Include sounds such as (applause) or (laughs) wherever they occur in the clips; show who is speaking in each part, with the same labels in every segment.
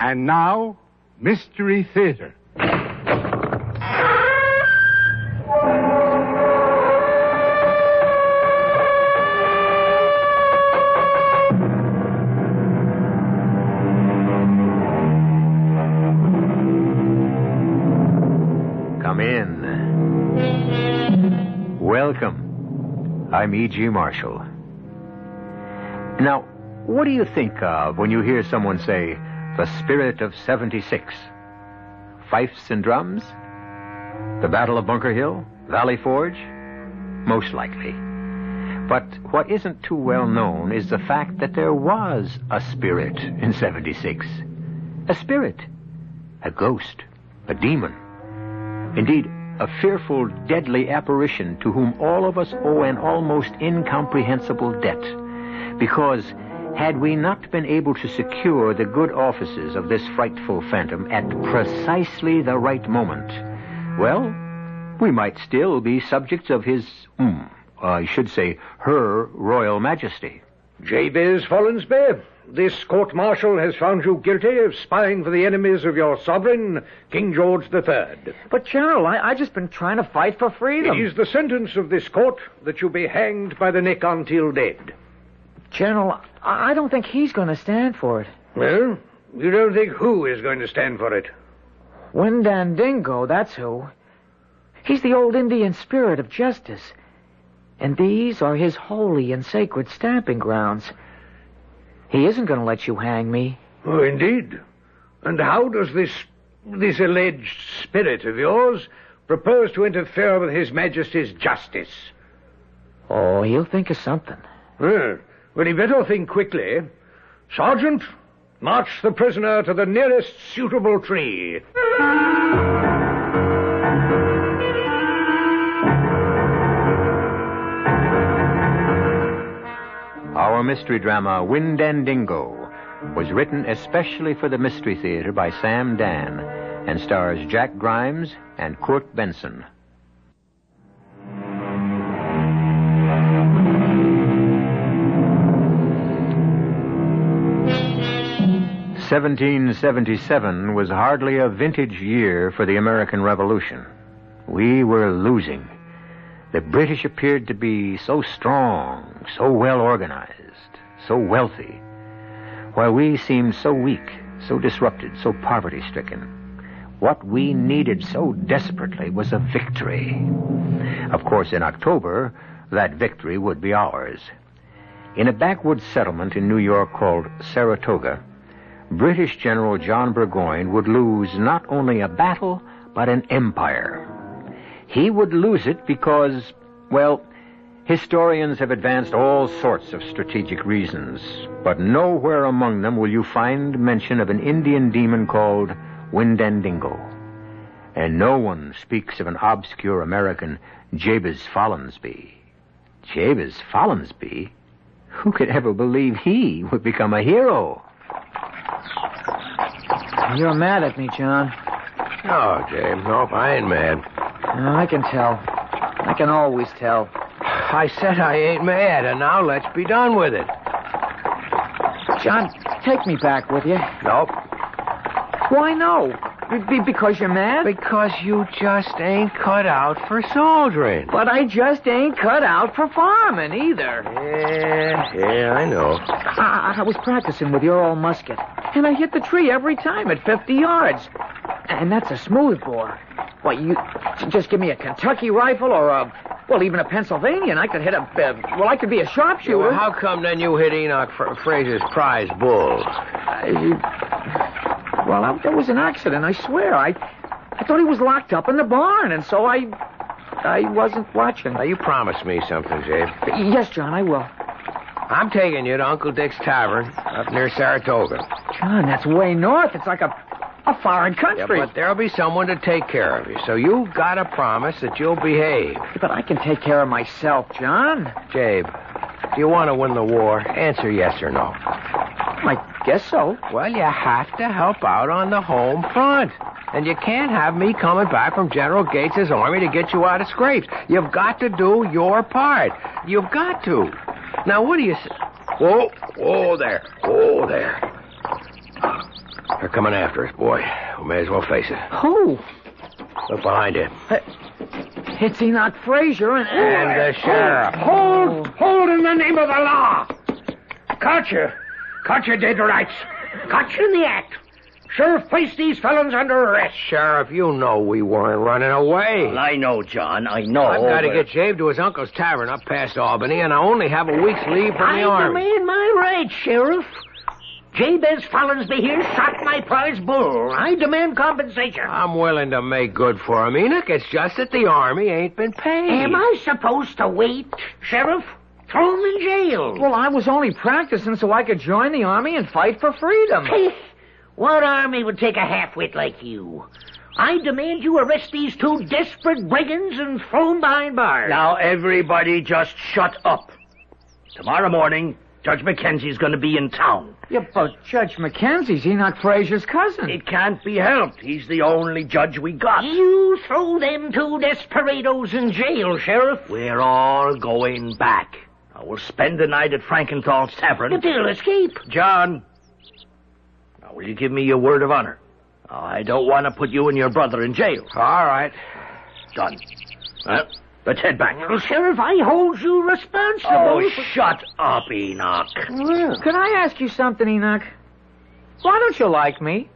Speaker 1: And now, Mystery Theater.
Speaker 2: Come in. Welcome. I'm E.G. Marshall. Now, what do you think of when you hear someone say, the spirit of 76? Fifes and drums? The Battle of Bunker Hill? Valley Forge? Most likely. But what isn't too well known is the fact that there was a spirit in 76. A spirit. A ghost. A demon. Indeed, a fearful, deadly apparition to whom all of us owe an almost incomprehensible debt. Because had we not been able to secure the good offices of this frightful phantom at precisely the right moment, well, we might still be subjects of his, mm, I should say, her royal majesty.
Speaker 3: Jabez Follinsby, this court martial has found you guilty of spying for the enemies of your sovereign, King George III.
Speaker 4: But, General, I, I just been trying to fight for freedom.
Speaker 3: It is the sentence of this court that you be hanged by the neck until dead.
Speaker 4: General, I, I don't think he's going to stand for it.
Speaker 3: Well, you don't think who is going to stand for it?
Speaker 4: Windandingo, that's who. He's the old Indian spirit of justice. And these are his holy and sacred stamping grounds. He isn't going to let you hang me.
Speaker 3: Oh, indeed. And how does this this alleged spirit of yours propose to interfere with His Majesty's justice?
Speaker 4: Oh, he'll think of something.
Speaker 3: Well, Hmm. well, he better think quickly. Sergeant, march the prisoner to the nearest suitable tree.
Speaker 2: Our mystery drama, Wind and Dingo, was written especially for the Mystery Theater by Sam Dan and stars Jack Grimes and Court Benson. Seventeen seventy seven was hardly a vintage year for the American Revolution. We were losing. The British appeared to be so strong, so well organized, so wealthy, while we seemed so weak, so disrupted, so poverty stricken. What we needed so desperately was a victory. Of course, in October, that victory would be ours. In a backwoods settlement in New York called Saratoga, British General John Burgoyne would lose not only a battle, but an empire. He would lose it because, well, historians have advanced all sorts of strategic reasons, but nowhere among them will you find mention of an Indian demon called Windandingo. And no one speaks of an obscure American Jabez Follinsby. Jabez Follinsby? Who could ever believe he would become a hero?
Speaker 4: You're mad at me, John.
Speaker 5: No, Oh, James. No, I ain't mad.
Speaker 4: No, I can tell. I can always tell.
Speaker 5: I said I ain't mad, and now let's be done with it.
Speaker 4: John, take me back with you.
Speaker 5: Nope.
Speaker 4: Why no? Be- be- because you're mad?
Speaker 5: Because you just ain't cut out for soldiering.
Speaker 4: but I just ain't cut out for farming either.
Speaker 5: Yeah, yeah, I know.
Speaker 4: I, I was practicing with your old musket, and I hit the tree every time at 50 yards. And that's a smooth bore. Why, you j- just give me a Kentucky rifle or a, well, even a Pennsylvania, and I could hit a, uh, well, I could be a sharpshooter.
Speaker 5: Well, how come then you hit Enoch Fra- Fraser's prize bull?
Speaker 4: I- well, I, that was an accident, I swear. I, I thought he was locked up in the barn, and so I, I wasn't watching.
Speaker 5: Now, you promised me something, James.
Speaker 4: yes, John, I will.
Speaker 5: I'm taking you to Uncle Dick's Tavern up near Saratoga.
Speaker 4: John, that's way north. It's like a, a foreign
Speaker 5: Yeah,
Speaker 4: country.
Speaker 5: but there'll be someone to take care of you, so you gotta promise that you'll behave.
Speaker 4: But I can take care of myself, John.
Speaker 5: Jabe, do you want to win the war? Answer yes or no.
Speaker 4: I guess so.
Speaker 5: Well, you have to help out on the home front. And you can't have me coming back from General Gates' army to get you out of scrapes. You've got to do your part. You've got to.
Speaker 3: Oh,
Speaker 5: Now, what do you say? Whoa, whoa there. Whoa there.
Speaker 2: They're coming after us, boy. We may as well face it.
Speaker 4: Who?
Speaker 2: Look behind you.
Speaker 4: It's Enoch Frazier and...
Speaker 2: And
Speaker 5: uh,
Speaker 2: the sheriff.
Speaker 6: Hold, hold in the name of the law. Caught you. Caught you dead to rights. Caught you in the act. Sheriff, place these felons under arrest.
Speaker 2: Sheriff, you know we weren't running away.
Speaker 3: Well, I know, John. I know.
Speaker 2: I've got to
Speaker 3: but-
Speaker 2: get Jabe to his uncle's tavern up past Albany, and I only have a week's leave from the
Speaker 3: I
Speaker 2: army.
Speaker 3: demand my right, Sheriff. Jabez Follins be here shot my pa's bull. I demand compensation.
Speaker 2: I'm willing to make good for him, Enoch. It's just that the army ain't been paid.
Speaker 3: Am I supposed to wait, Sheriff? Throw him in jail.
Speaker 4: Well, I was only practicing so I could join the army and fight for freedom.
Speaker 3: what army would take a half-wit like you? I demand you arrest these two desperate brigands and throw them behind bars. Now, everybody just shut up. Tomorrow morning, Judge Mackenzie's going to be in town.
Speaker 4: Yeah, but Judge Mackenzie's Enoch Frazier's cousin.
Speaker 3: can't be helped. He's the only judge we got. You throw them two desperados in jail, Sheriff. We're all going back. I will spend the night at Frankenthal's Tavern. But they'll escape. John, now will you give me your word of honor? Now, I don't want to put you and your brother in jail.
Speaker 2: All right.
Speaker 3: John, well, let's head back. Sheriff, I hold you responsible. Oh, shut up, Enoch.
Speaker 4: Could I ask you something, Enoch? Why don't you like me?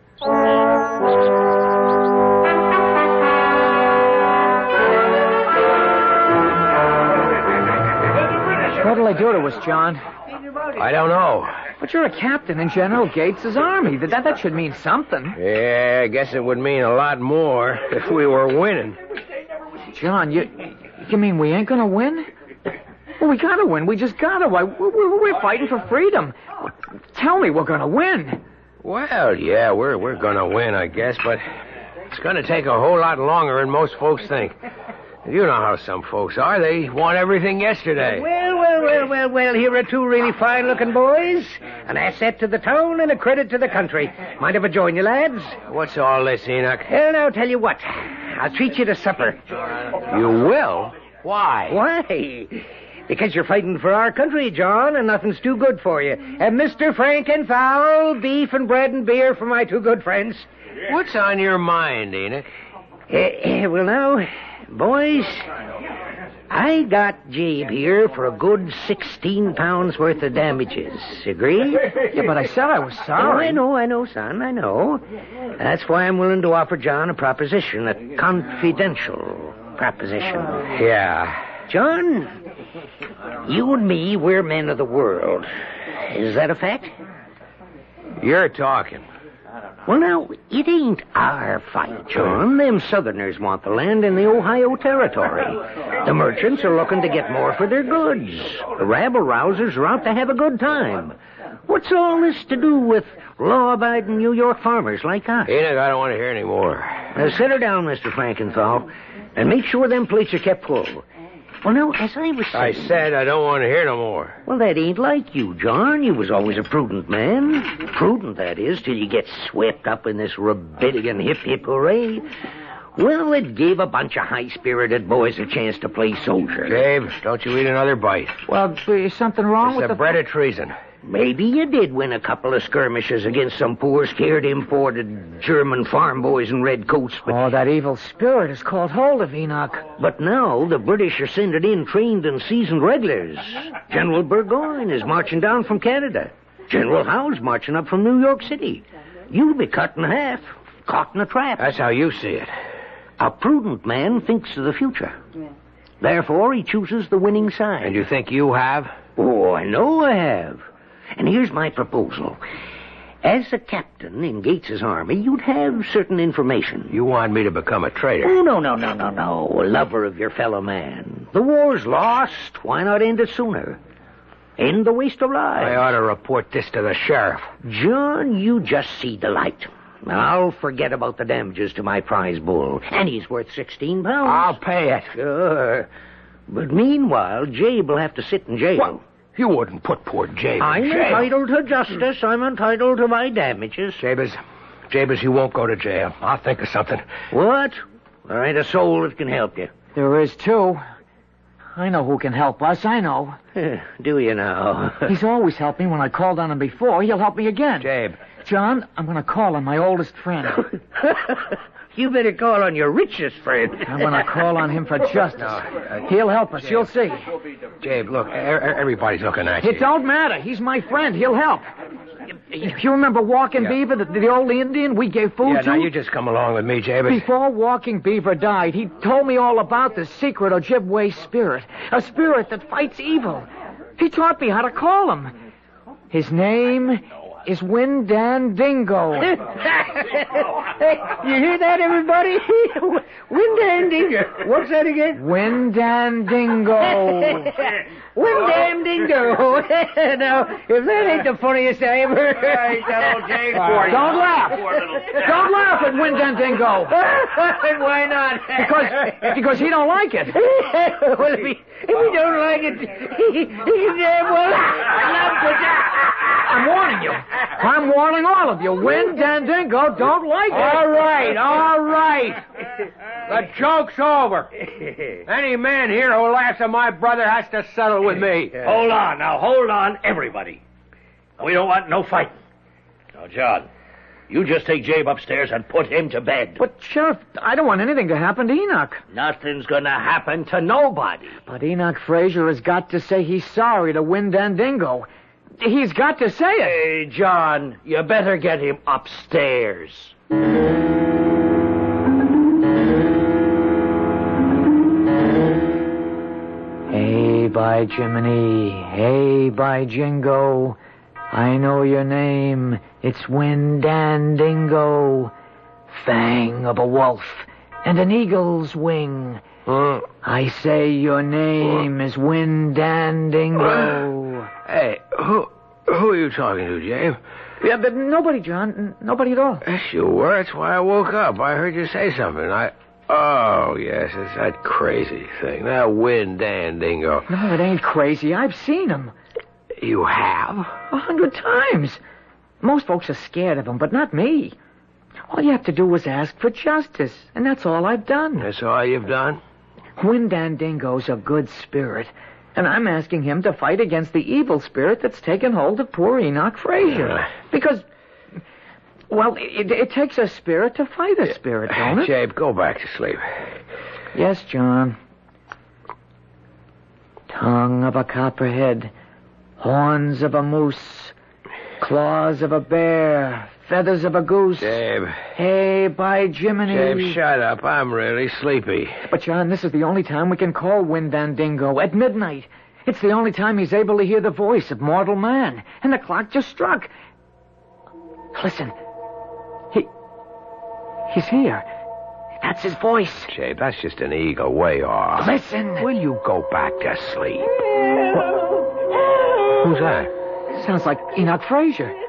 Speaker 4: What'll I do to us, John?
Speaker 2: I don't know.
Speaker 4: But you're a captain in General Gates' army. That, that, that should mean something.
Speaker 2: Yeah, I guess it would mean a lot more if we were winning.
Speaker 4: John, you you mean we ain't gonna win? Well, we gotta win. We just gotta. Why? We're, we're, we're fighting for freedom. Tell me we're gonna win.
Speaker 2: Well, yeah, we're we're gonna win, I guess, but it's gonna take a whole lot longer than most folks think. You know how some folks are. They want everything yesterday.
Speaker 3: Well, well, well, well, well, here are two really fine looking boys. An asset to the town and a credit to the country. Mind if I join you, lads?
Speaker 2: What's all this, Enoch?
Speaker 3: Well, now, tell you what. I'll treat you to supper.
Speaker 2: You will? Why?
Speaker 3: Why? Because you're fighting for our country, John, and nothing's too good for you. And Mr. Frank and Fowl, beef and bread and beer for my two good friends.
Speaker 2: What's on your mind, Enoch?
Speaker 3: Eh, eh, well, now, boys, I got Jabe here for a good 16 pounds worth of damages. Agree?
Speaker 4: Yeah, but I said I was
Speaker 3: Oh, I
Speaker 4: sorry.
Speaker 3: know, I know, son, I know. That's why I'm willing to offer John a proposition, a confidential proposition.
Speaker 2: Yeah.
Speaker 3: John, you and me, we're men of the world. Is that a fact?
Speaker 2: You're talking.
Speaker 3: Well, now, it ain't our fight, John. Them Southerners want the land in the Ohio Territory. The merchants are looking to get more for their goods. The rabble rousers are out to have a good time. What's all this to do with law abiding New York farmers like us?
Speaker 2: Enoch, I don't want to hear any more.
Speaker 3: Now, sit her Uh, down, Mr. Frankenthal, and make sure them plates are kept full. Well, now, as I was
Speaker 2: I
Speaker 3: saying...
Speaker 2: said I don't want to hear no more.
Speaker 3: Well, that ain't like you, John. You was always a prudent man. Prudent, that is, till you get swept up in this Rabidian hip hip hooray. Well, it gave a bunch of high spirited boys a chance to play soldier.
Speaker 2: Dave, don't you eat another bite.
Speaker 4: Well, is something wrong
Speaker 2: It's
Speaker 4: with
Speaker 2: the
Speaker 4: the
Speaker 2: bread of treason.
Speaker 3: Maybe you did win a couple of skirmishes against some poor, scared, imported German farm boys in red coats, but
Speaker 4: Oh, that evil spirit is called hold of Enoch.
Speaker 3: But now the British are sending in trained and seasoned regulars. General Burgoyne is marching down from Canada. General Howe's marching up from New York City. You'll be cut in half, caught in a trap.
Speaker 2: That's how you see it.
Speaker 3: A prudent man thinks of the future. Therefore, he chooses the winning
Speaker 2: And
Speaker 3: side.
Speaker 2: you think you have?
Speaker 3: Oh, I know I have. And here's my proposal. As a captain in Gates's army, you'd have certain information.
Speaker 2: You want me to become a traitor.
Speaker 3: Oh, no, no, no, no, no. A lover of your fellow man. The war's lost. Why not end it sooner? End the waste of
Speaker 2: I
Speaker 3: lives.
Speaker 2: ought to report this to the sheriff.
Speaker 3: John, you just see the light. I'll forget about the damages to my prize bull. And he's worth 16
Speaker 2: I'll
Speaker 3: pounds.
Speaker 2: pay it.
Speaker 3: Sure. But meanwhile, Jabe will have to sit in jail.
Speaker 2: What? You wouldn't put poor Jabe
Speaker 3: I'm
Speaker 2: in jail.
Speaker 3: entitled to justice. I'm entitled to my damages.
Speaker 2: Jabez, Jabez, you won't go to jail. I'll think of something.
Speaker 3: What? There ain't a soul that can help you. (laughs)
Speaker 4: There is too. I know who can help us. I know.
Speaker 3: Do you now? (laughs)
Speaker 4: He's always helped me when I called on him before. He'll help me
Speaker 3: (laughs)
Speaker 4: again.
Speaker 2: Jabe,
Speaker 4: John, I'm going to call on my oldest friend.
Speaker 7: you better call on your richest friend.
Speaker 4: I'm going to call on him for justice. He'll help us. You'll see.
Speaker 3: Jabe, look, e- e- everybody's looking at you.
Speaker 4: It don't matter. He's my friend. He'll help. You you remember Walking
Speaker 3: Yeah.
Speaker 4: Beaver, the, the old Indian we gave food
Speaker 3: Yeah,
Speaker 4: to?
Speaker 3: now you just come along with me, Jabe. It's-
Speaker 4: Before Walking Beaver died, he told me all about the secret Ojibwe spirit, a spirit that fights evil. He taught me how to call him. His name is Windandingo.
Speaker 7: you hear that, everybody? (laughs) Windandingo. What's that again?
Speaker 4: Windandingo.
Speaker 7: (laughs) Windandingo. (laughs) now, if that ain't the funniest I ever heard. that old James for
Speaker 4: Don't laugh. (laughs) Don't laugh at Windandingo.
Speaker 7: Why not?
Speaker 4: Because, because he don't like it.
Speaker 7: well, if he, if he don't like it, he, he can damn well laugh to death.
Speaker 4: I'm warning you. I'm warning all of you. Windandingo don't like it.
Speaker 3: All right, all right. The joke's over. (laughs) Any man here who laughs at my brother has to settle with (laughs) me.
Speaker 7: Hold on, now hold on, everybody. We don't want no fighting. Now, John, you just take Jabe upstairs and put him to bed.
Speaker 4: But, Sheriff, I don't want anything to happen to Enoch.
Speaker 7: Nothing's gonna happen to nobody.
Speaker 4: But Enoch Frazier has got to say he's sorry to Windandingo. He's got to say
Speaker 7: Hey,
Speaker 4: it.
Speaker 7: John, you better get him upstairs.
Speaker 4: Hey, by Jiminy. Hey, by Jingo. I know your name. It's Windandingo. Fang of a wolf and an eagle's wing.
Speaker 3: Mm.
Speaker 4: I say your name is Windandingo.
Speaker 3: Hey, who who are you talking to, Jabe?
Speaker 4: (coughs) Yeah, but nobody, John. N- Nobody at all.
Speaker 3: Yes, you were. That's why I woke up. I heard you say something. I. Oh, yes, it's that crazy thing. That wind Dan dingo.
Speaker 4: No, it ain't crazy. I've seen him.
Speaker 3: You have?
Speaker 4: A hundred times. Most folks are scared of him, but not me. All you have to do is ask for justice, and that's all I've done.
Speaker 3: That's all you've done?
Speaker 4: Windandingo's a good spirit, and I'm asking him to fight against the evil spirit that's taken hold of poor Enoch Frazier.
Speaker 3: Yeah.
Speaker 4: Because, well, it, it takes a spirit to fight a spirit, don't it?
Speaker 3: Jabe, go back to sleep.
Speaker 4: Yes, John. Tongue of a copperhead, horns of a moose, claws of a bear, feathers of a goose.
Speaker 3: Jabe.
Speaker 4: Hey, by Jiminy.
Speaker 3: Jabe, shut up. I'm really sleepy.
Speaker 4: But, John, this is the only time we can call Windandingo at midnight. It's the only time he's able to hear the voice of mortal man. And the clock just struck. Listen. He. He's here. That's his voice.
Speaker 3: Jabe, that's just an eagle way off.
Speaker 4: Listen.
Speaker 3: Will you go back to sleep? Who's that?
Speaker 4: Sounds like Enoch Frazier.
Speaker 8: Get him out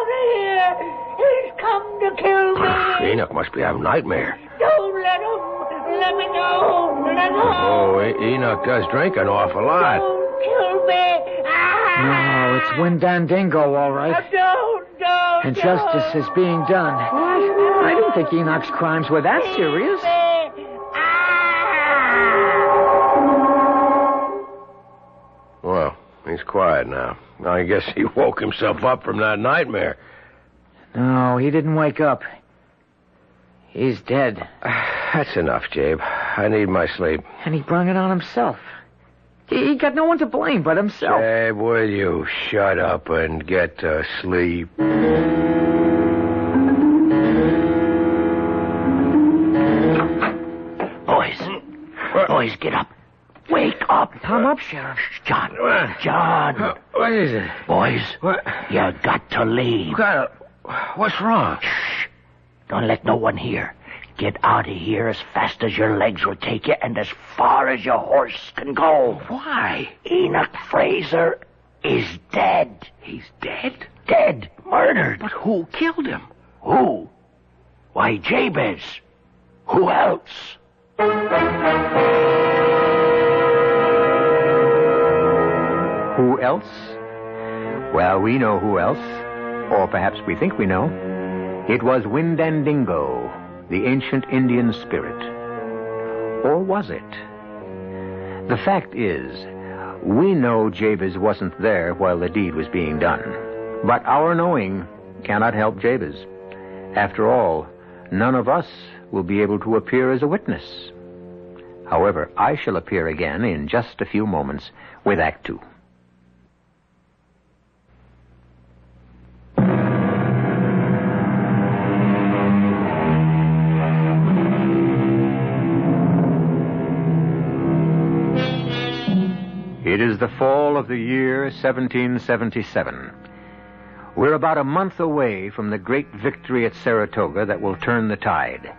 Speaker 8: of here! He's come to kill
Speaker 4: Ah,
Speaker 8: me!
Speaker 3: Enoch must be having a nightmare.
Speaker 8: Don't let him! Let me go! Let go!
Speaker 3: Oh, E- Enoch does drink an awful
Speaker 4: Oh,
Speaker 3: lot.
Speaker 8: Don't kill me! Ah!
Speaker 4: No, it's Windandingo, all right.
Speaker 8: Don't, don't!
Speaker 4: And justice is being done. What? I don't think Enoch's crimes were that serious.
Speaker 3: Well, he's quiet now. I guess he (laughs) woke himself up from that nightmare. (sighs)
Speaker 4: No, he didn't wake up. He's dead.
Speaker 3: That's enough, Jabe. I need my sleep.
Speaker 4: And he brung it on himself. He, he got no one to blame but himself.
Speaker 3: Jabe, will you shut up and get to sleep?
Speaker 7: Boys, boys, get up. Wake up.
Speaker 4: Come up, Sheriff.
Speaker 7: John, John,
Speaker 3: Uh, What is it?
Speaker 7: boys,
Speaker 3: What?
Speaker 7: you got to leave.
Speaker 3: Got What's wrong?
Speaker 7: Don't let no one hear. Get out of here as fast as your legs will take you and as far as your horse can go. Why? Enoch Fraser is dead. He's dead? Dead. Murdered. But who killed him? Who? Why, Jabez. Who else?
Speaker 2: Who else? Well, we know who else. Or perhaps we think we know. It was Windandingo, the ancient Indian spirit. Or was it? The fact is, we know Jabez wasn't there while the deed was being done. But our knowing cannot help Jabez. After all, none of us will be able to appear as a witness. However, I shall appear again in just a few moments with Act Two. It is the fall of the year 1777. We're about a month away from the great victory at Saratoga that will turn the tide.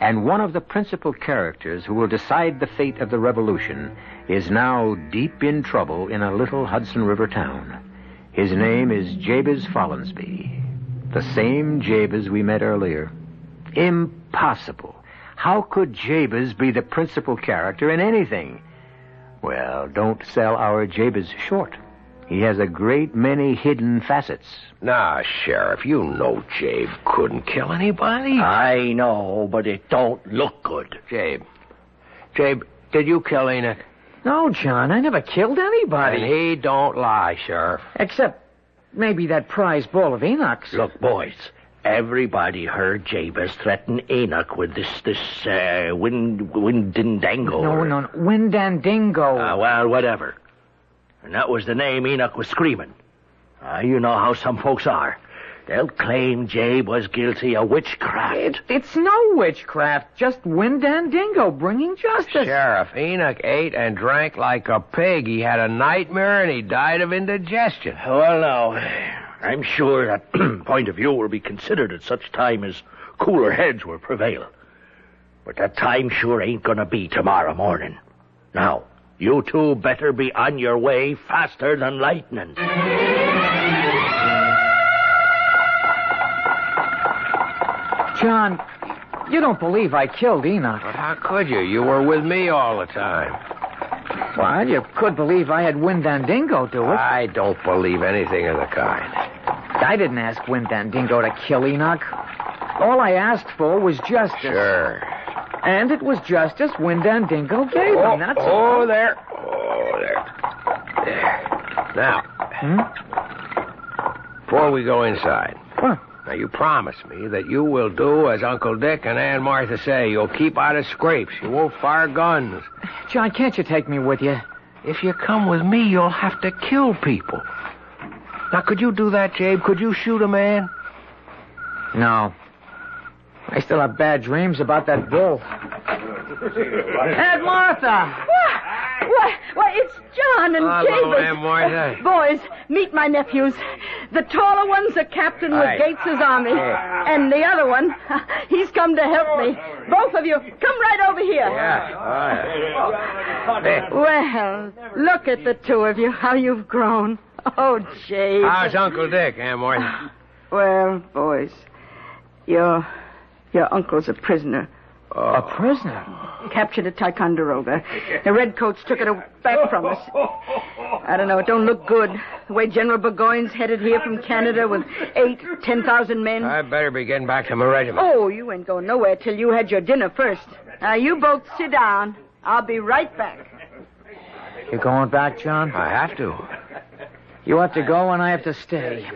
Speaker 2: And one of the principal characters who will decide the fate of the revolution is now deep in trouble in a little Hudson River town. His name is Jabez Follansbee, the same Jabez we met earlier. Impossible. How could Jabez be the principal character in anything? Well, don't sell our Jabez short. He has a great many hidden facets.
Speaker 3: Nah, Sheriff, you know Jabe couldn't kill anybody.
Speaker 9: I know, but it don't look good.
Speaker 3: Jabe. Jabe, did you kill Enoch?
Speaker 4: No, John, I never killed
Speaker 3: And
Speaker 4: anybody.
Speaker 3: he don't lie, Sheriff.
Speaker 4: Except maybe that prize ball of Enoch's.
Speaker 9: Look, boys, everybody heard Jabez threaten Enoch with this, this, uh, wind, windindangle.
Speaker 4: No,
Speaker 9: or-
Speaker 4: no, no. Windandingo.
Speaker 9: Uh, well, whatever. And that was the name Enoch was screaming. Uh, you know how some folks are. They'll claim Jabe was guilty of witchcraft.
Speaker 4: it's no witchcraft, just Windandingo bringing justice.
Speaker 3: Sheriff, Enoch ate and drank like a pig. He had a nightmare and he died of indigestion.
Speaker 9: Well, now, I'm sure that (clears throat) point of view will be considered at such time as cooler heads will prevail. But that time sure ain't gonna be tomorrow morning. Now, you two better be on your way faster than lightning.
Speaker 4: John, you don't believe I killed Enoch.
Speaker 3: But how could you? You were with me all the time.
Speaker 4: Well, you could believe I had Windandingo do it.
Speaker 3: I don't believe anything of the kind.
Speaker 4: I didn't ask Windandingo to kill Enoch. All I asked for was justice.
Speaker 3: Sure.
Speaker 4: And it was justice Windandingo gave him. That's
Speaker 3: oh,
Speaker 4: all.
Speaker 3: there. Oh, there. There. Now,
Speaker 4: Hmm?
Speaker 3: before we go inside,
Speaker 4: Huh.
Speaker 3: now you promise me that you will do as Uncle Dick and Aunt Martha say. You'll keep out of scrapes. You won't fire guns.
Speaker 4: John, can't you take me with you?
Speaker 3: If you come with me, you'll have to kill people. Now, could you do that, Jabe? Could you shoot a man?
Speaker 4: No. I still have bad dreams about
Speaker 3: (laughs)
Speaker 4: that bull. Aunt Martha!
Speaker 10: Why, Ah! why, why, it's John and
Speaker 3: Hello,
Speaker 10: Jabez.
Speaker 3: Aunt Martha.
Speaker 10: Boys, meet my nephews. The taller one's a captain with
Speaker 3: Hi.
Speaker 10: Gates's army. And the other one, (laughs) he's come to help me. Both of you, come right over here. Well, look at the two of you, how you've grown. Oh, Jabez.
Speaker 3: How's Uncle Dick, Aunt Martha?
Speaker 10: Well, boys, your, your uncle's a prisoner.
Speaker 4: A prisoner?
Speaker 10: captured at Ticonderoga. The redcoats took it back from
Speaker 3: (laughs)
Speaker 10: us.
Speaker 3: Oh,
Speaker 10: I don't know. It don't look good. The way General Burgoyne's headed here from Canada with eight, ten thousand men.
Speaker 3: I better be getting back to my regiment.
Speaker 10: Oh, you ain't going nowhere till you had your dinner first. Now you both sit down. I'll be right back.
Speaker 4: You going back, John?
Speaker 3: I have to.
Speaker 4: You have to go and I have to stay.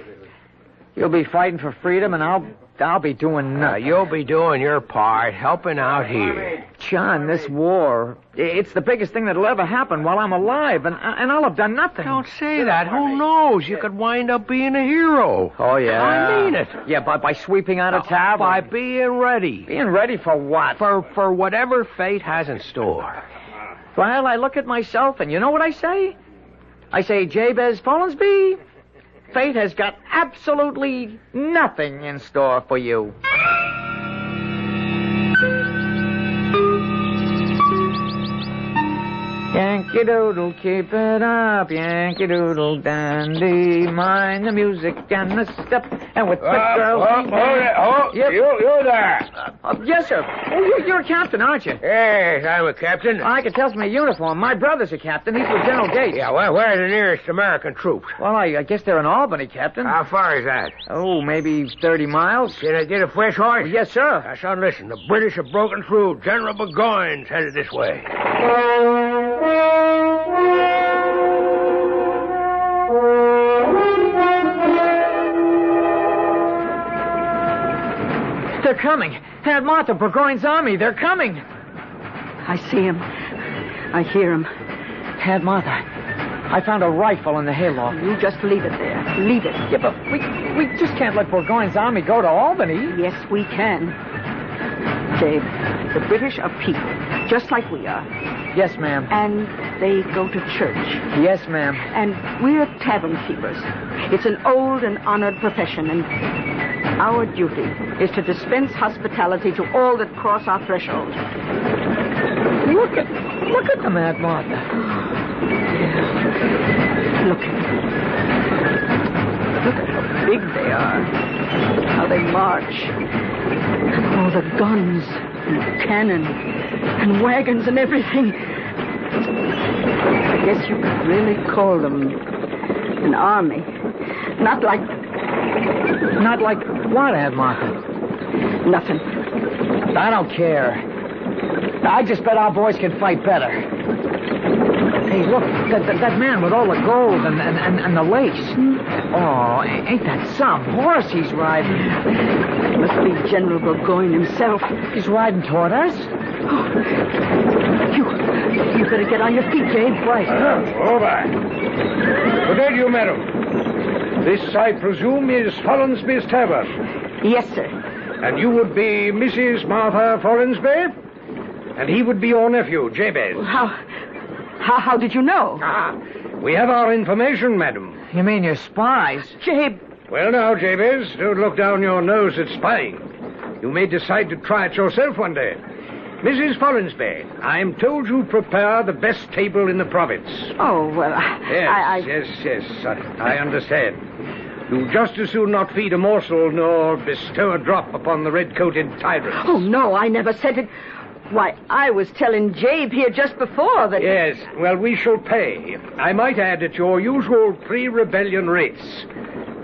Speaker 4: You'll be fighting for freedom and I'll I'll be doing
Speaker 3: Now,
Speaker 4: nothing.
Speaker 3: you'll be doing your part, helping out here.
Speaker 4: John, this war, i- it's the biggest thing that'll ever happen while I'm alive, and, and I'll have done nothing.
Speaker 3: Don't say that. Who knows? You could wind up being a hero.
Speaker 4: Oh, yeah.
Speaker 3: I mean it.
Speaker 4: Yeah, by, by sweeping out a tavern.
Speaker 3: By being ready
Speaker 4: being ready for what?
Speaker 3: for for whatever fate has in store.
Speaker 4: Well, I look at myself, and you know what I say? I say, Jabez Follinsby, fate has got absolutely nothing in store for you. Yankee Doodle, keep it up, Yankee Doodle dandy. Mind the music and the step, and
Speaker 3: Uh,
Speaker 4: with the girl. we dance. Yep.
Speaker 3: you there.
Speaker 4: Uh, yes, sir. Oh, you, you're a captain, aren't you?
Speaker 3: Yes, I'm a captain.
Speaker 4: I can tell from your uniform. My brother's a captain. He's with General Gates.
Speaker 3: Yeah, well, where are the nearest American troops?
Speaker 4: Well, I, I guess they're in Albany, Captain.
Speaker 3: How far is that?
Speaker 4: oh, maybe 30 miles?
Speaker 3: Can I get a fresh horse?
Speaker 4: Yes, sir.
Speaker 3: Now, son, listen. The British have broken through. General Burgoyne's headed this way.
Speaker 8: Ah.
Speaker 4: They're coming. Aunt Martha, Burgoyne's army, they're coming.
Speaker 10: I see him. I hear him.
Speaker 4: Aunt Martha, I found a rifle in the hayloft.
Speaker 10: You just leave it there. Leave it.
Speaker 4: Yeah, but we, we just can't let Burgoyne's army go to Albany.
Speaker 10: Yes, we can. Dave, the British are people, just like we are.
Speaker 4: Yes, ma'am.
Speaker 10: And they go to church.
Speaker 4: Yes, ma'am.
Speaker 10: And we're tavern keepers. It's an old and honored profession, and our duty is to dispense hospitality to all that cross our threshold.
Speaker 4: Look at look at them, Aunt Martha.
Speaker 10: Look at them. Look at how big they are. How they march. Oh, the guns and cannon and wagons and everything. I guess you could really call them an army. Not like
Speaker 4: Not like what, Aunt Martha?
Speaker 10: nothing.
Speaker 4: I don't care. I just bet our boys can fight better. Hey, look, that, that, that man with all the gold and, and, and, and the lace. Oh, a- ain't that some horse he's riding?
Speaker 10: It must be General Burgoyne himself.
Speaker 4: He's riding toward us?
Speaker 10: You, you better get on your feet, Dave.
Speaker 4: Right.
Speaker 3: Over. Uh-huh. Good day to you, madam. This, I presume, is Follinsby's tavern.
Speaker 10: Yes, sir.
Speaker 3: And you would be Mrs. Martha Follinsby? And he would be your nephew, Jabez.
Speaker 10: How, how, how did you know?
Speaker 3: Ah, we have our information, madam.
Speaker 4: You mean you're spies?
Speaker 10: Jabe,
Speaker 3: Well, now, Jabez, don't look down your nose at spying. You may decide to try it yourself one day. Mrs. Follinsby, I'm told you prepare the best table in the province.
Speaker 10: Oh, well, I.
Speaker 3: Yes,
Speaker 10: I, I
Speaker 3: yes, yes, I, I understand. You just as soon not feed a morsel nor bestow a drop upon the red-coated tyrant.
Speaker 10: Oh, no, I never said it. Why, I was telling Jabe here just before that.
Speaker 3: Yes, well, we shall pay. I might add at your usual pre-rebellion rates.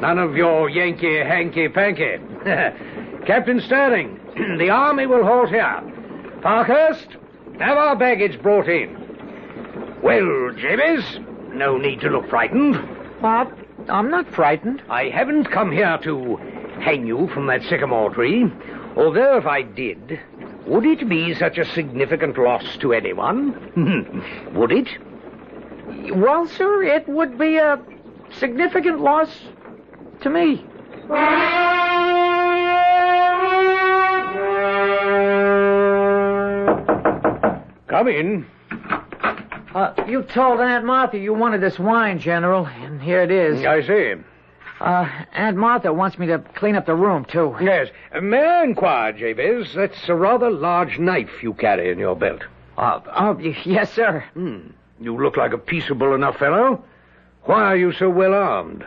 Speaker 3: None of your Yankee hanky-panky. (laughs) Captain Sterling, (clears throat) the army will halt here. Parkhurst, have our baggage brought in. Well, Jabez, no need to look frightened.
Speaker 4: What? I'm not frightened.
Speaker 3: I haven't come here to hang you from that sycamore tree, although if I did, would it be such a significant loss to anyone? (laughs) would it?
Speaker 4: Well, sir, it would be a significant loss to me.
Speaker 3: Come in.
Speaker 4: Uh, you told Aunt Martha you wanted this wine, General, and here it is.
Speaker 3: I see.
Speaker 4: Uh, Aunt Martha wants me to clean up the room, too.
Speaker 3: Yes. May I inquire, Jabez? That's a rather large knife you carry in your belt.
Speaker 4: Uh, oh, y- yes, sir.
Speaker 3: You look like a peaceable enough fellow. Why are you so well armed?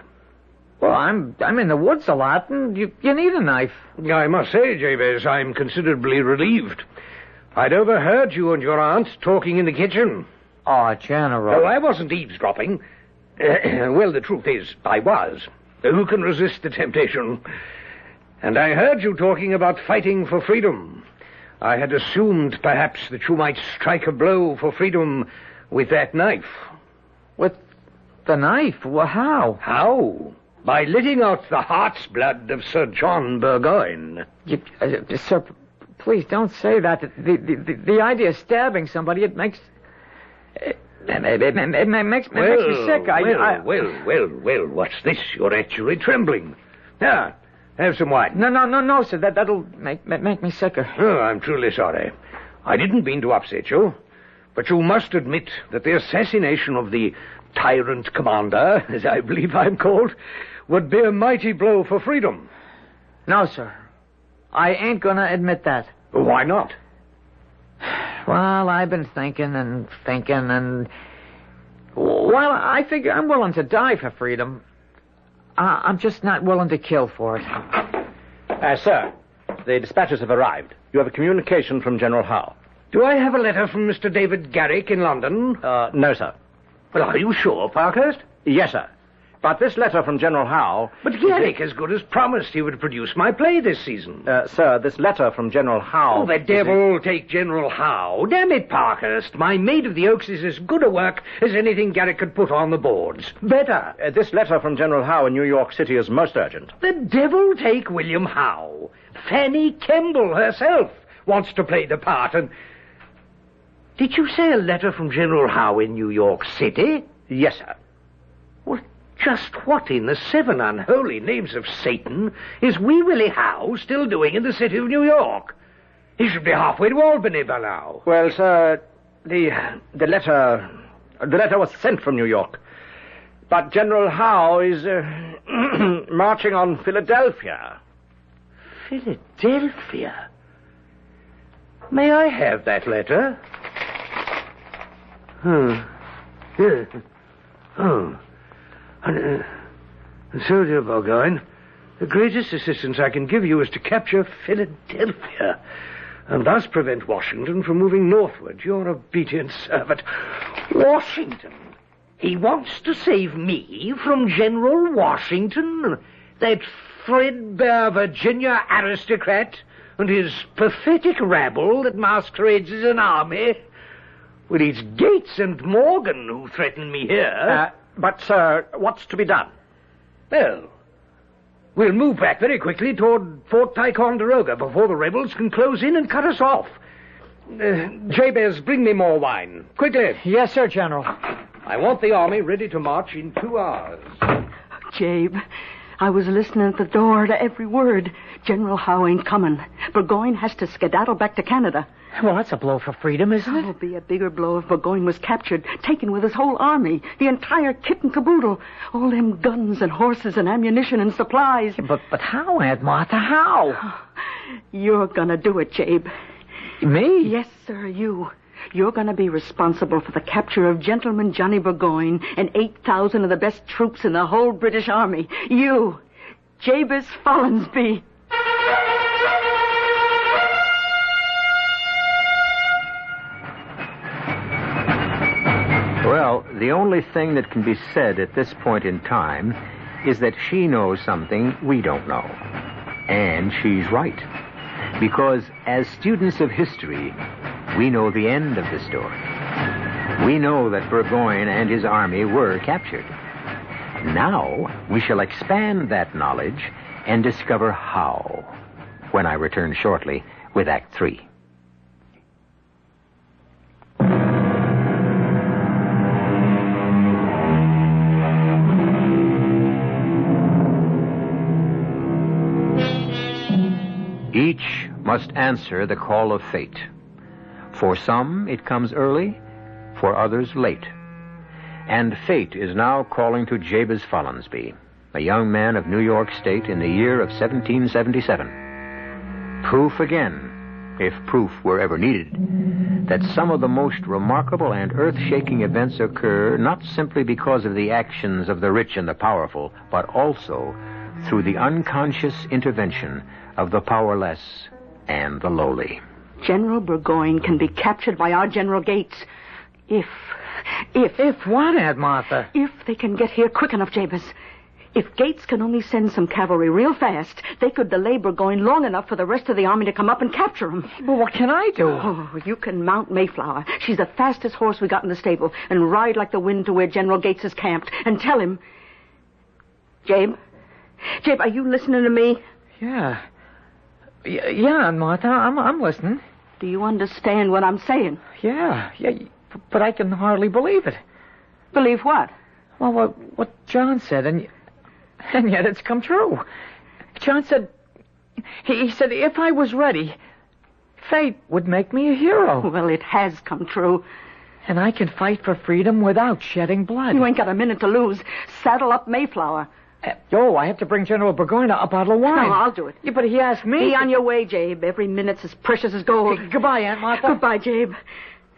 Speaker 4: Well, I'm I'm in the woods a lot, and you you need a knife.
Speaker 3: I must say, Jabez, I'm considerably relieved. I'd overheard you and your aunt talking in the kitchen.
Speaker 4: Oh,
Speaker 3: Oh,
Speaker 4: General.
Speaker 3: I wasn't eavesdropping. (clears throat) well, the truth is, I was. Who can resist the temptation? And I heard you talking about fighting for freedom. I had assumed, perhaps, that you might strike a blow for freedom with that knife.
Speaker 4: With the knife? Well, how?
Speaker 3: How? By letting out the heart's blood of Sir John Burgoyne.
Speaker 4: You, uh, uh, sir, p- please don't say that. The, the, the, the idea of stabbing somebody, it makes... It, it, it, it, it makes, it makes me sick. I,
Speaker 3: well,
Speaker 4: I,
Speaker 3: well, well, well, what's this? You're actually trembling. Now, have some wine.
Speaker 4: No, no, no, no, sir. That, that'll make, ma- make me sicker.
Speaker 3: Oh, I'm truly sorry. I didn't mean to upset you. But you must admit that the assassination of the tyrant commander, (laughs) as I believe I'm called, would be a mighty blow for freedom.
Speaker 4: No, sir. I ain't gonna admit that.
Speaker 3: Why not?
Speaker 4: Well, I've been thinking and thinking and. Well, I figure I'm willing to die for freedom. I I'm just not willing to kill for it.
Speaker 1: Uh, sir, the dispatches have arrived. You have a communication from General Howe.
Speaker 3: Do I have a letter from Mr. David Garrick in London?
Speaker 1: Uh, no, sir.
Speaker 3: Well, are you sure, Parkhurst?
Speaker 1: Yes, sir.
Speaker 11: But this letter from General Howe.
Speaker 3: But Garrick, as good as promised, he would produce my play this season.
Speaker 11: Uh, sir, this letter from General Howe.
Speaker 3: Oh, the devil take General Howe. Damn it, Parkhurst. My Maid of the Oaks is as good a work as anything Garrick could put on the boards. Better.
Speaker 11: Uh, this letter from General Howe in New York City is most urgent.
Speaker 3: The devil take William Howe. Fanny Kemble herself wants to play the part, and. Did you say a letter from General Howe in New York City?
Speaker 11: Yes, sir.
Speaker 3: Well, just what in the seven unholy names of Satan is Wee Willie Howe still doing in the city of New York? He should be halfway to Albany by now.
Speaker 11: Well, sir, the the letter the letter was sent from New York, but General Howe is uh, (clears throat) marching on Philadelphia.
Speaker 3: Philadelphia? May I have that letter? Hmm. Yeah.
Speaker 11: Hmm.
Speaker 3: Oh.
Speaker 11: uh,
Speaker 3: And, uh, Soldier Burgoyne, the greatest assistance I can give you is to capture Philadelphia and thus prevent Washington from moving northward, your obedient servant.
Speaker 12: Washington. He wants to save me from General Washington, that
Speaker 3: Threadbare Virginia aristocrat and his pathetic rabble that masquerades as an army. Well, it's Gates and Morgan who threaten me here.
Speaker 11: Uh, but, sir, what's to be done?
Speaker 3: well, we'll move back very quickly toward Fort Ticonderoga before the rebels can close in and cut us off. Uh, Jabez, bring me more wine. Quickly.
Speaker 4: Yes, sir, General.
Speaker 3: I want the army ready to march in two hours.
Speaker 10: Jabe, I was listening at the door to every word. General Howe ain't coming. Burgoyne has to skedaddle back to Canada.
Speaker 4: Well, that's a blow for freedom, isn't
Speaker 10: It would be a bigger blow if Burgoyne was captured, taken with his whole army, the entire kit and caboodle, all them guns and horses and ammunition and supplies.
Speaker 4: it? But, but how, Aunt Martha? How?
Speaker 10: You're gonna do it, Jabe.
Speaker 4: Me?
Speaker 10: Yes, sir, you. You're going to be responsible for the capture of Gentleman Johnny Burgoyne and 8,000 of the best troops in the whole British Army. You, Jabez Follinsby.
Speaker 2: Well, the only thing that can be said at this point in time is that she knows something we don't know. And she's right. Because as students of history, we know the end of the story. We know that Burgoyne and his army were captured. Now, we shall expand that knowledge and discover how when I return shortly with Act Three. Each must answer the call of fate. For some, it comes early, for others, late. And fate is now calling to Jabez Follinsby, a young man of New York State in the year of 1777. Proof again, if proof were ever needed, that some of the most remarkable and earth shaking events occur not simply because of the actions of the rich and the powerful, but also through the unconscious intervention of the powerless and the lowly.
Speaker 10: General Burgoyne can be captured by our General Gates. If, if, if,
Speaker 4: If what, Aunt Martha?
Speaker 10: if they can get here quick enough, Jabez. If Gates can only send some cavalry real fast, they could delay Burgoyne long enough for the rest of the army to come up and capture him.
Speaker 4: Well, what can I do?
Speaker 10: Oh, you can mount Mayflower. She's the fastest horse we got in the stable, and ride like the wind to where General Gates is camped, and tell him. Jabe? Jabe, are you listening to me?
Speaker 4: Yeah. Y- yeah, Aunt Martha, I'm, I'm listening.
Speaker 10: Do you understand what I'm saying?
Speaker 4: Yeah, yeah, y- but I can hardly believe it.
Speaker 10: Believe what?
Speaker 4: Well, what, what John said, and and yet it's come true. John said, he, he said, if I was ready, fate would make me a hero,
Speaker 10: Well, it has come true.
Speaker 4: and I can fight for freedom without shedding blood.
Speaker 10: You ain't got a minute to lose. Saddle up Mayflower.
Speaker 4: Yo, oh, I have to bring General Burgoyne a, a bottle of wine.
Speaker 10: No, I'll do it.
Speaker 4: Yeah, but he asked me.
Speaker 10: Be on your way, Jabe. Every minute's as precious as gold.
Speaker 4: Goodbye, Aunt Martha.
Speaker 10: Goodbye, Jabe.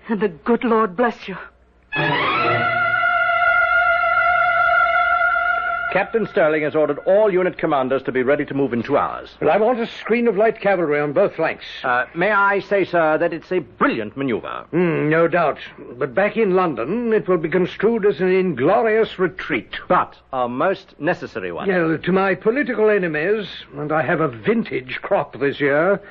Speaker 10: And the good Lord bless you.
Speaker 11: Captain Sterling has ordered all unit commanders to be ready to move in two hours.
Speaker 3: Well, I want a screen of light cavalry on both flanks.
Speaker 11: Uh, may I say, sir, that it's a brilliant maneuver.
Speaker 3: Hmm, no doubt. But back in London, it will be construed as an inglorious retreat.
Speaker 11: But a most necessary one.
Speaker 3: Well, to my political enemies, and I have a vintage crop this year,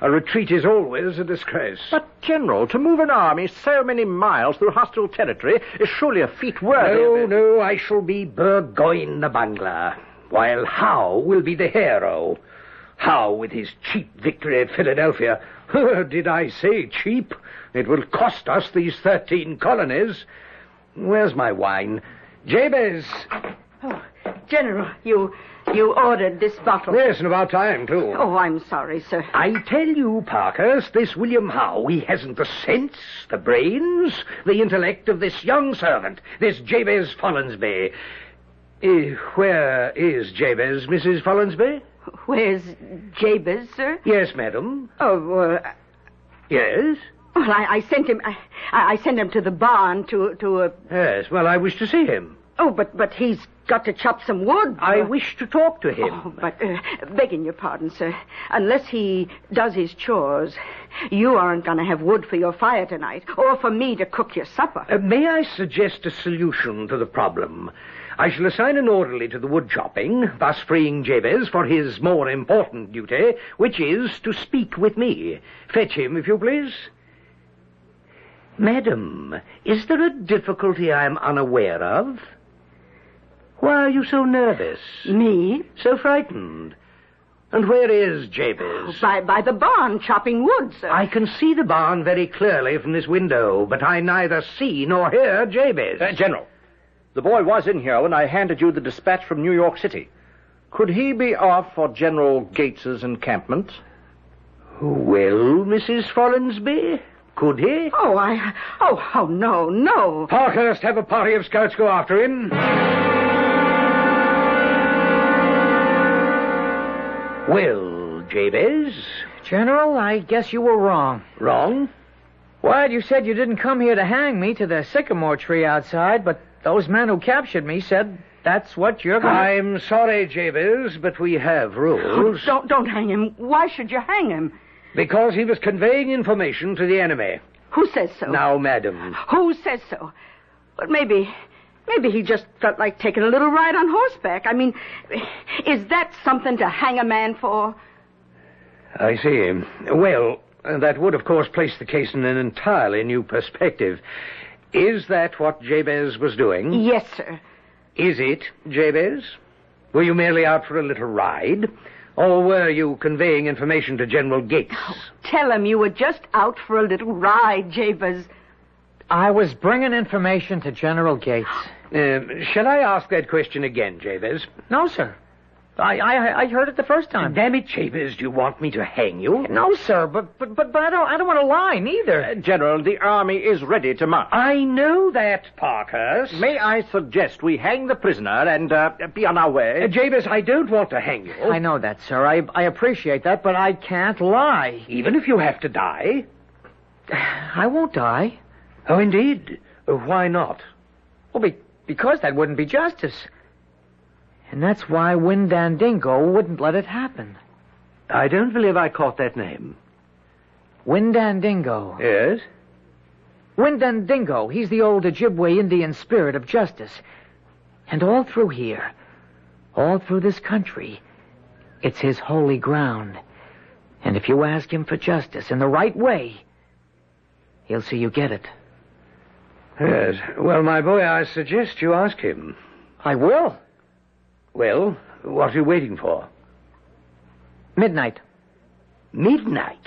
Speaker 3: a retreat is always a disgrace.
Speaker 11: But, General, to move an army so many miles through hostile territory is surely a feat worthy. of
Speaker 3: no,
Speaker 11: it.
Speaker 3: no, I shall be Burgoyne the bungler, while Howe will be the hero. Howe, with his cheap victory at Philadelphia. (laughs) Did I say cheap? It will cost us these 13 colonies. Where's my wine? Jabez.
Speaker 10: General, you you ordered this bottle.
Speaker 3: Yes, and about time, too.
Speaker 10: Oh, I'm sorry, sir.
Speaker 3: I tell you, Parkhurst, this William Howe, he hasn't the sense, the brains, the intellect of this young servant, this Jabez Follinsby. Eh, where is Jabez, Mrs. Follinsby?
Speaker 10: Where's Jabez, sir?
Speaker 3: Yes, madam.
Speaker 10: Oh, uh,
Speaker 3: Yes?
Speaker 10: well, I, I sent him. I, I sent him to the barn to to. Uh,
Speaker 3: Yes, well, I wish to see him.
Speaker 10: oh, but but he's got to chop some wood.
Speaker 3: I
Speaker 10: Uh,
Speaker 3: wish to talk to him.
Speaker 10: Oh, but uh, begging your pardon, sir, unless he does his chores, you aren't going to have wood for your fire tonight, or for me to cook your supper.
Speaker 3: Uh, may I suggest a solution to the problem? I shall assign an orderly to the wood chopping, thus freeing Jabez for his more important duty, which is to speak with me. Fetch him, if you please. Madam, is there a difficulty I am unaware of? Why are you so nervous?
Speaker 10: Me?
Speaker 3: So frightened? And where is Jabez?
Speaker 10: By by the barn chopping wood, sir.
Speaker 3: I can see the barn very clearly from this window, but I neither see nor hear Jabez.
Speaker 11: Uh, General, the boy was in here when I handed you the dispatch from New York City. Could he be off for General Gates's encampment?
Speaker 3: Well, Mrs. Follinsby, could he?
Speaker 10: Oh, I. Oh, oh, no, no.
Speaker 3: Parkhurst, have a party of scouts go after him. Well, Jabez,
Speaker 4: General, I guess you were wrong.
Speaker 3: wrong?
Speaker 4: Well, you said you didn't come here to hang me to the sycamore tree outside, but those men who captured me said that's what you're going to.
Speaker 3: I'm sorry, Jabez, but we have rules. (laughs)
Speaker 10: Don't don't hang him. Why should you hang him?
Speaker 3: Because he was conveying information to the enemy.
Speaker 10: Who says so?
Speaker 3: Now, madam.
Speaker 10: Who says so? But maybe, maybe he just felt like taking a little ride on horseback. I mean, is that something to hang a man for?
Speaker 3: I see. Well, that would, of course, place the case in an entirely new perspective. Is that what Jabez was doing?
Speaker 10: Yes, sir.
Speaker 3: Is it, Jabez? Were you merely out for a little ride? Or were you conveying information to General Gates?
Speaker 10: Tell him you were just out for a little ride, Jabez.
Speaker 4: I was bringing information to General Gates.
Speaker 3: Um, shall I ask that question again, Jabez?
Speaker 4: No, sir. I, I, I heard it the first time.
Speaker 3: Damn it, Jabez, do you want me to hang you?
Speaker 4: No, sir, but but but, but I don't I don't want to lie neither.
Speaker 11: General, the army is ready to march.
Speaker 3: I know that, Parkhurst.
Speaker 11: May I suggest we hang the prisoner and uh, be on our way?
Speaker 3: Uh, Jabez, I don't want to hang you.
Speaker 4: I know that, sir. I I appreciate that, but I can't lie.
Speaker 3: Even if you have to die.
Speaker 4: I won't die.
Speaker 3: Oh, indeed. Uh, Why not?
Speaker 4: Well, be, because that wouldn't be justice. And that's why Windandingo wouldn't let it happen.
Speaker 3: I don't believe I caught that name.
Speaker 4: Windandingo.
Speaker 3: Yes?
Speaker 4: Windandingo, he's the old Ojibwe Indian spirit of justice. And all through here, all through this country, it's his holy ground. And if you ask him for justice in the right way, he'll see you get it.
Speaker 3: Yes. Well, my boy, I suggest you ask him.
Speaker 4: I will.
Speaker 3: Well, what are you waiting for?
Speaker 4: Midnight.
Speaker 3: Midnight.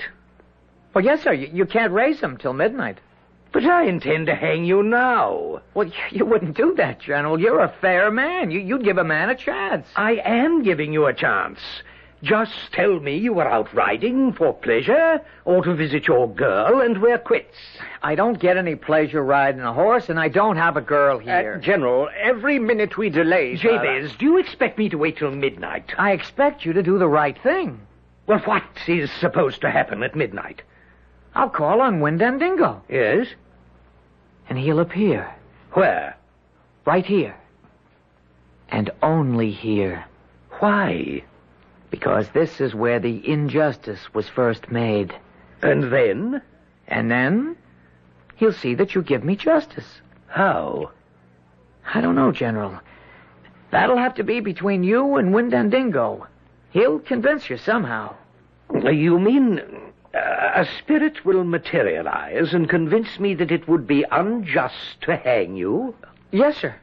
Speaker 4: Well, yes, sir. You, you can't raise him till midnight.
Speaker 3: But I intend to hang you now.
Speaker 4: Well, (laughs) you, you wouldn't do that, General. You're a fair man. You, you'd give a man a chance.
Speaker 3: I am giving you a chance. Just tell me you were out riding for pleasure or to visit your girl, and we're quits.
Speaker 4: I don't get any pleasure riding a horse, and I don't have a girl
Speaker 11: Uh,
Speaker 4: here.
Speaker 11: General, every minute we delay. sir,
Speaker 3: Jabez, do you expect me to wait till midnight?
Speaker 4: I expect you to do the right thing.
Speaker 3: Well, what is supposed to happen at midnight?
Speaker 4: I'll call on Windandingo,
Speaker 3: Yes?
Speaker 4: and he'll appear
Speaker 3: Where?
Speaker 4: right here. And only here. Why? Because this is where the injustice was first made. And then? And then? He'll see that you give me justice. How? I don't know, General. That'll have to be between you and Windandingo. He'll convince you somehow.
Speaker 13: You mean uh, a spirit will materialize and convince me that it would be unjust to hang you?
Speaker 14: Yes, sir.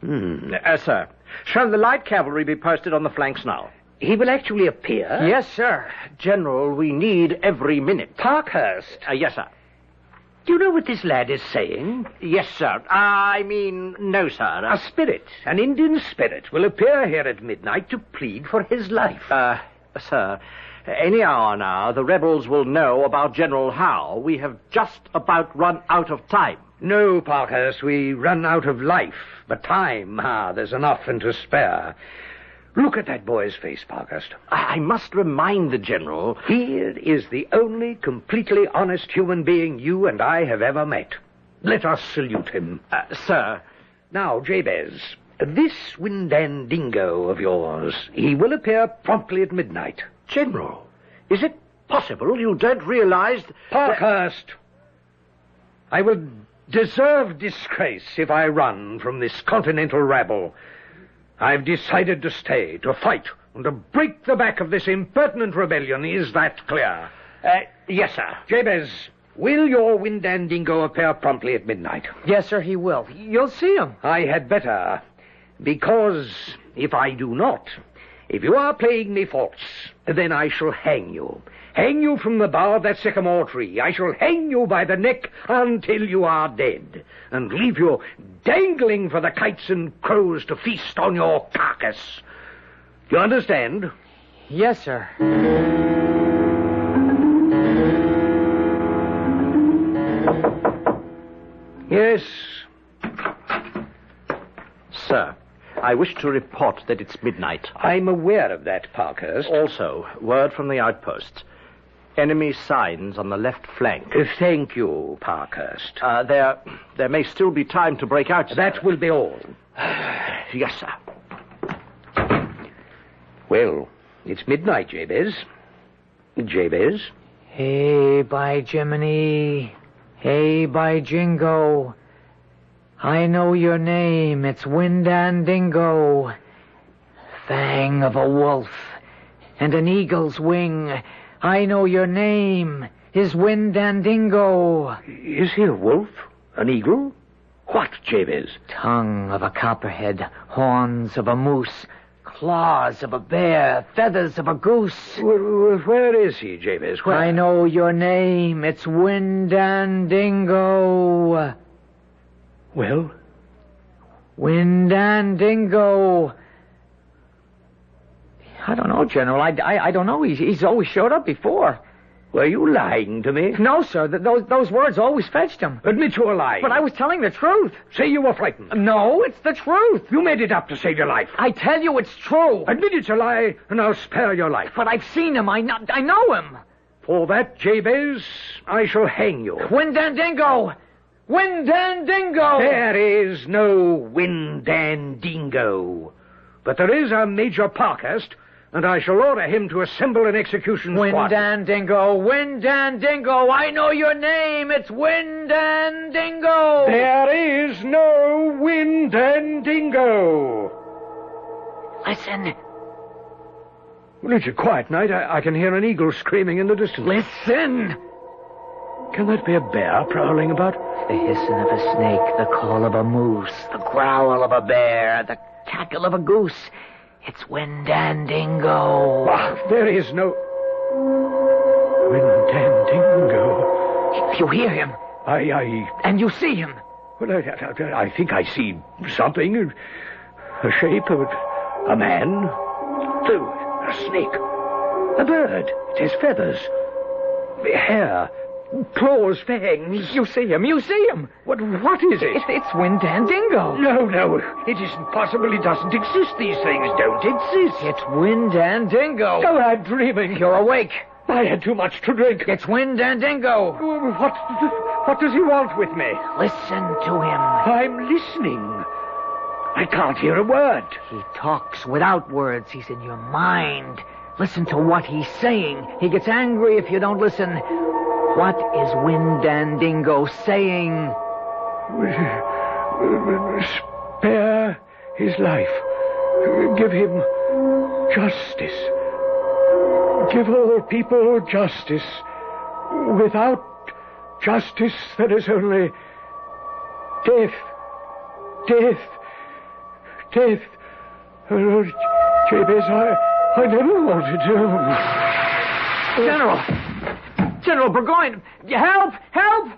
Speaker 13: Hmm.
Speaker 15: Uh, sir, shall the light cavalry be posted on the flanks now?
Speaker 13: He will actually appear?
Speaker 15: Yes, sir. General, we need every minute.
Speaker 13: Parkhurst?
Speaker 15: Uh, yes, sir.
Speaker 13: Do you know what this lad is saying?
Speaker 15: Yes, sir. I mean, no, sir.
Speaker 13: A spirit, an Indian spirit, will appear here at midnight to plead for his life.
Speaker 15: Uh, sir, any hour now, the rebels will know about General Howe. We have just about run out of time.
Speaker 3: No, Parkhurst, we run out of life. But time, ah, there's enough and to spare. Look at that boy's face, Parkhurst.
Speaker 15: I must remind the general.
Speaker 3: Here is the only completely honest human being you and I have ever met. Let us salute him.
Speaker 15: Uh, sir.
Speaker 3: Now, Jabez, this Windandingo of yours, he will appear promptly at midnight.
Speaker 15: General, is it possible you don't realize.
Speaker 3: Parkhurst! I will deserve disgrace if I run from this continental rabble. I've decided to stay, to fight, and to break the back of this impertinent rebellion. Is that clear?
Speaker 15: Uh, yes, sir.
Speaker 3: Jabez, will your Windandingo appear promptly at midnight?
Speaker 14: Yes, sir, he will. You'll see him.
Speaker 3: I had better, because if I do not, if you are playing me false, then I shall hang you. Hang you from the bough of that sycamore tree. I shall hang you by the neck until you are dead, and leave you dangling for the kites and crows to feast on your carcass. You understand?
Speaker 14: Yes, sir.
Speaker 3: Yes.
Speaker 15: Sir, I wish to report that it's midnight.
Speaker 3: I'm aware of that, Parkhurst.
Speaker 15: Also, word from the outposts. Enemy signs on the left flank.
Speaker 3: Uh, Thank you, Parkhurst.
Speaker 15: Uh, there, there may still be time to break out. sir.
Speaker 3: That will be all.
Speaker 15: (sighs) Yes, sir.
Speaker 3: Well, it's midnight, Jabez. Jabez?
Speaker 4: Hey, by Jiminy. Hey, by Jingo. I know your name. It's Windandingo. Fang of a wolf and an eagle's wing. I know your name is Windandingo.
Speaker 3: Is he a wolf? An eagle? What, Jabez?
Speaker 4: Tongue of a copperhead, horns of a moose, claws of a bear, feathers of a goose.
Speaker 3: Where, where is he, Jabez? Where?
Speaker 4: I know your name. It's Windandingo.
Speaker 3: Well,
Speaker 4: Windandingo. I don't know, General. I, I, I don't know. He's, he's always showed up before.
Speaker 3: were you lying to me?
Speaker 4: No, sir. Th- those, those words always fetched him.
Speaker 3: Admit you were lying.
Speaker 4: But I was telling the truth.
Speaker 3: Say you were frightened.
Speaker 4: No, it's the truth.
Speaker 3: You made it up to save your life.
Speaker 4: I tell you it's true.
Speaker 3: Admit it's a lie, and I'll spare your life.
Speaker 4: But I've seen him. I, kno- I know him.
Speaker 3: For that, Jabez, I shall hang you.
Speaker 4: Windandingo! Windandingo!
Speaker 3: There is no Windandingo. But there is a Major Parkhurst, and I shall order him to assemble an execution squad.
Speaker 4: Windandingo! Windandingo! I know your name. It's Windandingo!
Speaker 3: There is no Windandingo.
Speaker 4: Listen.
Speaker 3: Well, it's a quiet night. I, I can hear an eagle screaming in the distance.
Speaker 4: Listen!
Speaker 3: Can that be a bear prowling about?
Speaker 4: The hissing of a snake, the call of a moose, the growl of a bear, the cackle of a goose. It's Windandingo.
Speaker 3: Ah, there is no. Windandingo.
Speaker 4: You hear him,
Speaker 3: I, I,
Speaker 4: and you see him.
Speaker 3: well, I, I, I think I see something. A shape of a man. Two. A snake. A bird. It has feathers. Hair. Claws, fangs.
Speaker 4: You see him, you see him.
Speaker 3: What, what is it?
Speaker 4: It, it's Windandingo.
Speaker 3: (laughs) No, no. It isn't possible. It doesn't exist. These things don't exist.
Speaker 4: It's Windandingo.
Speaker 3: Oh, I'm dreaming.
Speaker 4: You're awake.
Speaker 3: I had too much to drink.
Speaker 4: It's Windandingo.
Speaker 3: What, what does he want with me?
Speaker 4: Listen to him.
Speaker 3: I'm listening.
Speaker 4: I can't hear a word. He talks without words. He's in your mind. Listen to what he's saying. He gets angry if you don't listen. What is Windandingo saying?
Speaker 3: Spare his life. Give him justice. Give all people justice. Without justice, there is only death. Death. Death. Oh, Jabez, I, I never wanted to.
Speaker 16: General! General Burgoyne! Help! Help!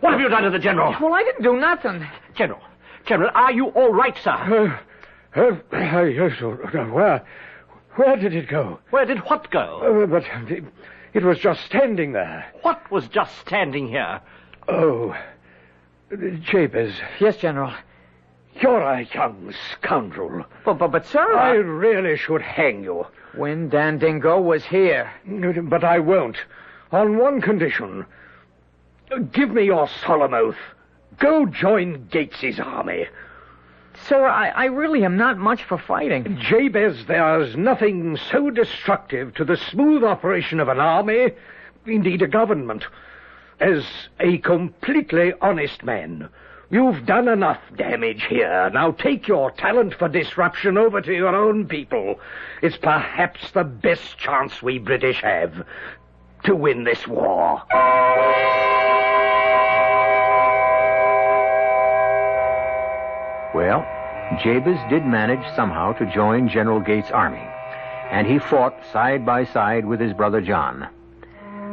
Speaker 17: What have you done to the general?
Speaker 16: Well, I didn't do nothing.
Speaker 17: General, General, are you all right, sir?
Speaker 3: Oh, oh, yes, all right. where, where did it go?
Speaker 17: Where did what go?
Speaker 3: Oh, but it, it was just standing there.
Speaker 17: What was just standing here?
Speaker 3: Oh, Jabez.
Speaker 16: Yes, General.
Speaker 3: You're a young scoundrel.
Speaker 16: But, but, but sir.
Speaker 3: I really should hang you.
Speaker 16: When Dandingo was here.
Speaker 3: But I won't. On one condition. Give me your solemn oath. Go join Gates's army.
Speaker 16: Sir, I, I really am not much for fighting.
Speaker 3: Jabez, there's nothing so destructive to the smooth operation of an army, indeed a government, as a completely honest man. You've done enough damage here. Now take your talent for disruption over to your own people. It's perhaps the best chance we British have to win this war.
Speaker 2: Well, Jabez did manage somehow to join General Gates' army, and he fought side by side with his brother John.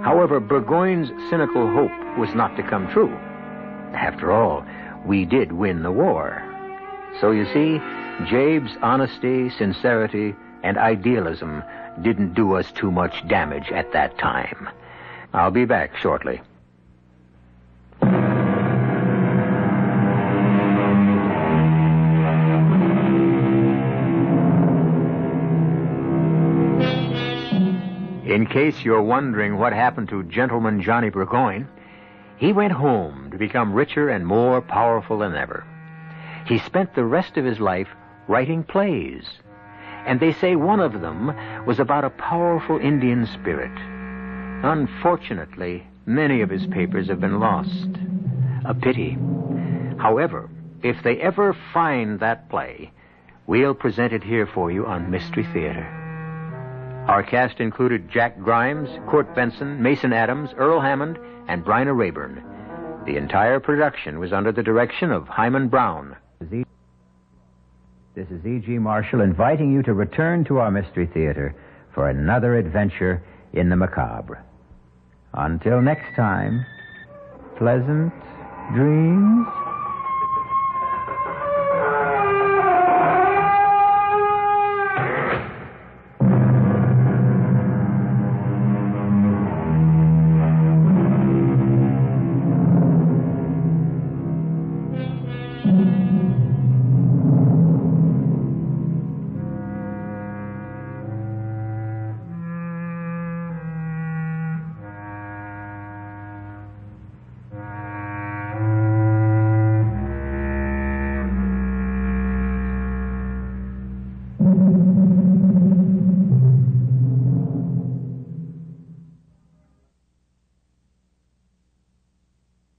Speaker 2: However, Burgoyne's cynical hope was not to come true. After all, we did win the war. So you see, Jabe's honesty, sincerity, and idealism didn't do us too much damage at that time. I'll be back shortly. In case you're wondering what happened to Gentleman Johnny Burgoyne, he went home to become richer and more powerful than ever. He spent the rest of his life writing plays, and they say one of them was about a powerful Indian spirit. Unfortunately, many of his papers have been lost. A pity. However, if they ever find that play, we'll present it here for you on Mystery Theater. Our cast included Jack Grimes, Court Benson, Mason Adams, Earl Hammond, and Bryna Rayburn. The entire production was under the direction of Hyman Brown.
Speaker 18: E- This is E.G. Marshall inviting you to return to our Mystery Theater for another adventure in the macabre. Until next time, pleasant dreams.